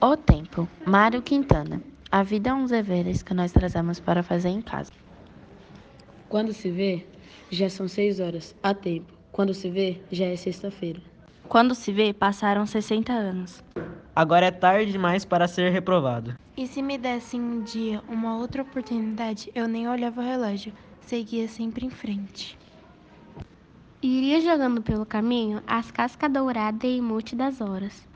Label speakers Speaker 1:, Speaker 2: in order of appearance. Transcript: Speaker 1: O Tempo, Mário Quintana. A vida é uns deveres que nós trazemos para fazer em casa.
Speaker 2: Quando se vê, já são seis horas. Há tempo. Quando se vê, já é sexta-feira.
Speaker 3: Quando se vê, passaram 60 anos.
Speaker 4: Agora é tarde demais para ser reprovado.
Speaker 5: E se me dessem um dia uma outra oportunidade, eu nem olhava o relógio, seguia sempre em frente.
Speaker 6: Iria jogando pelo caminho as cascas douradas e mute das horas.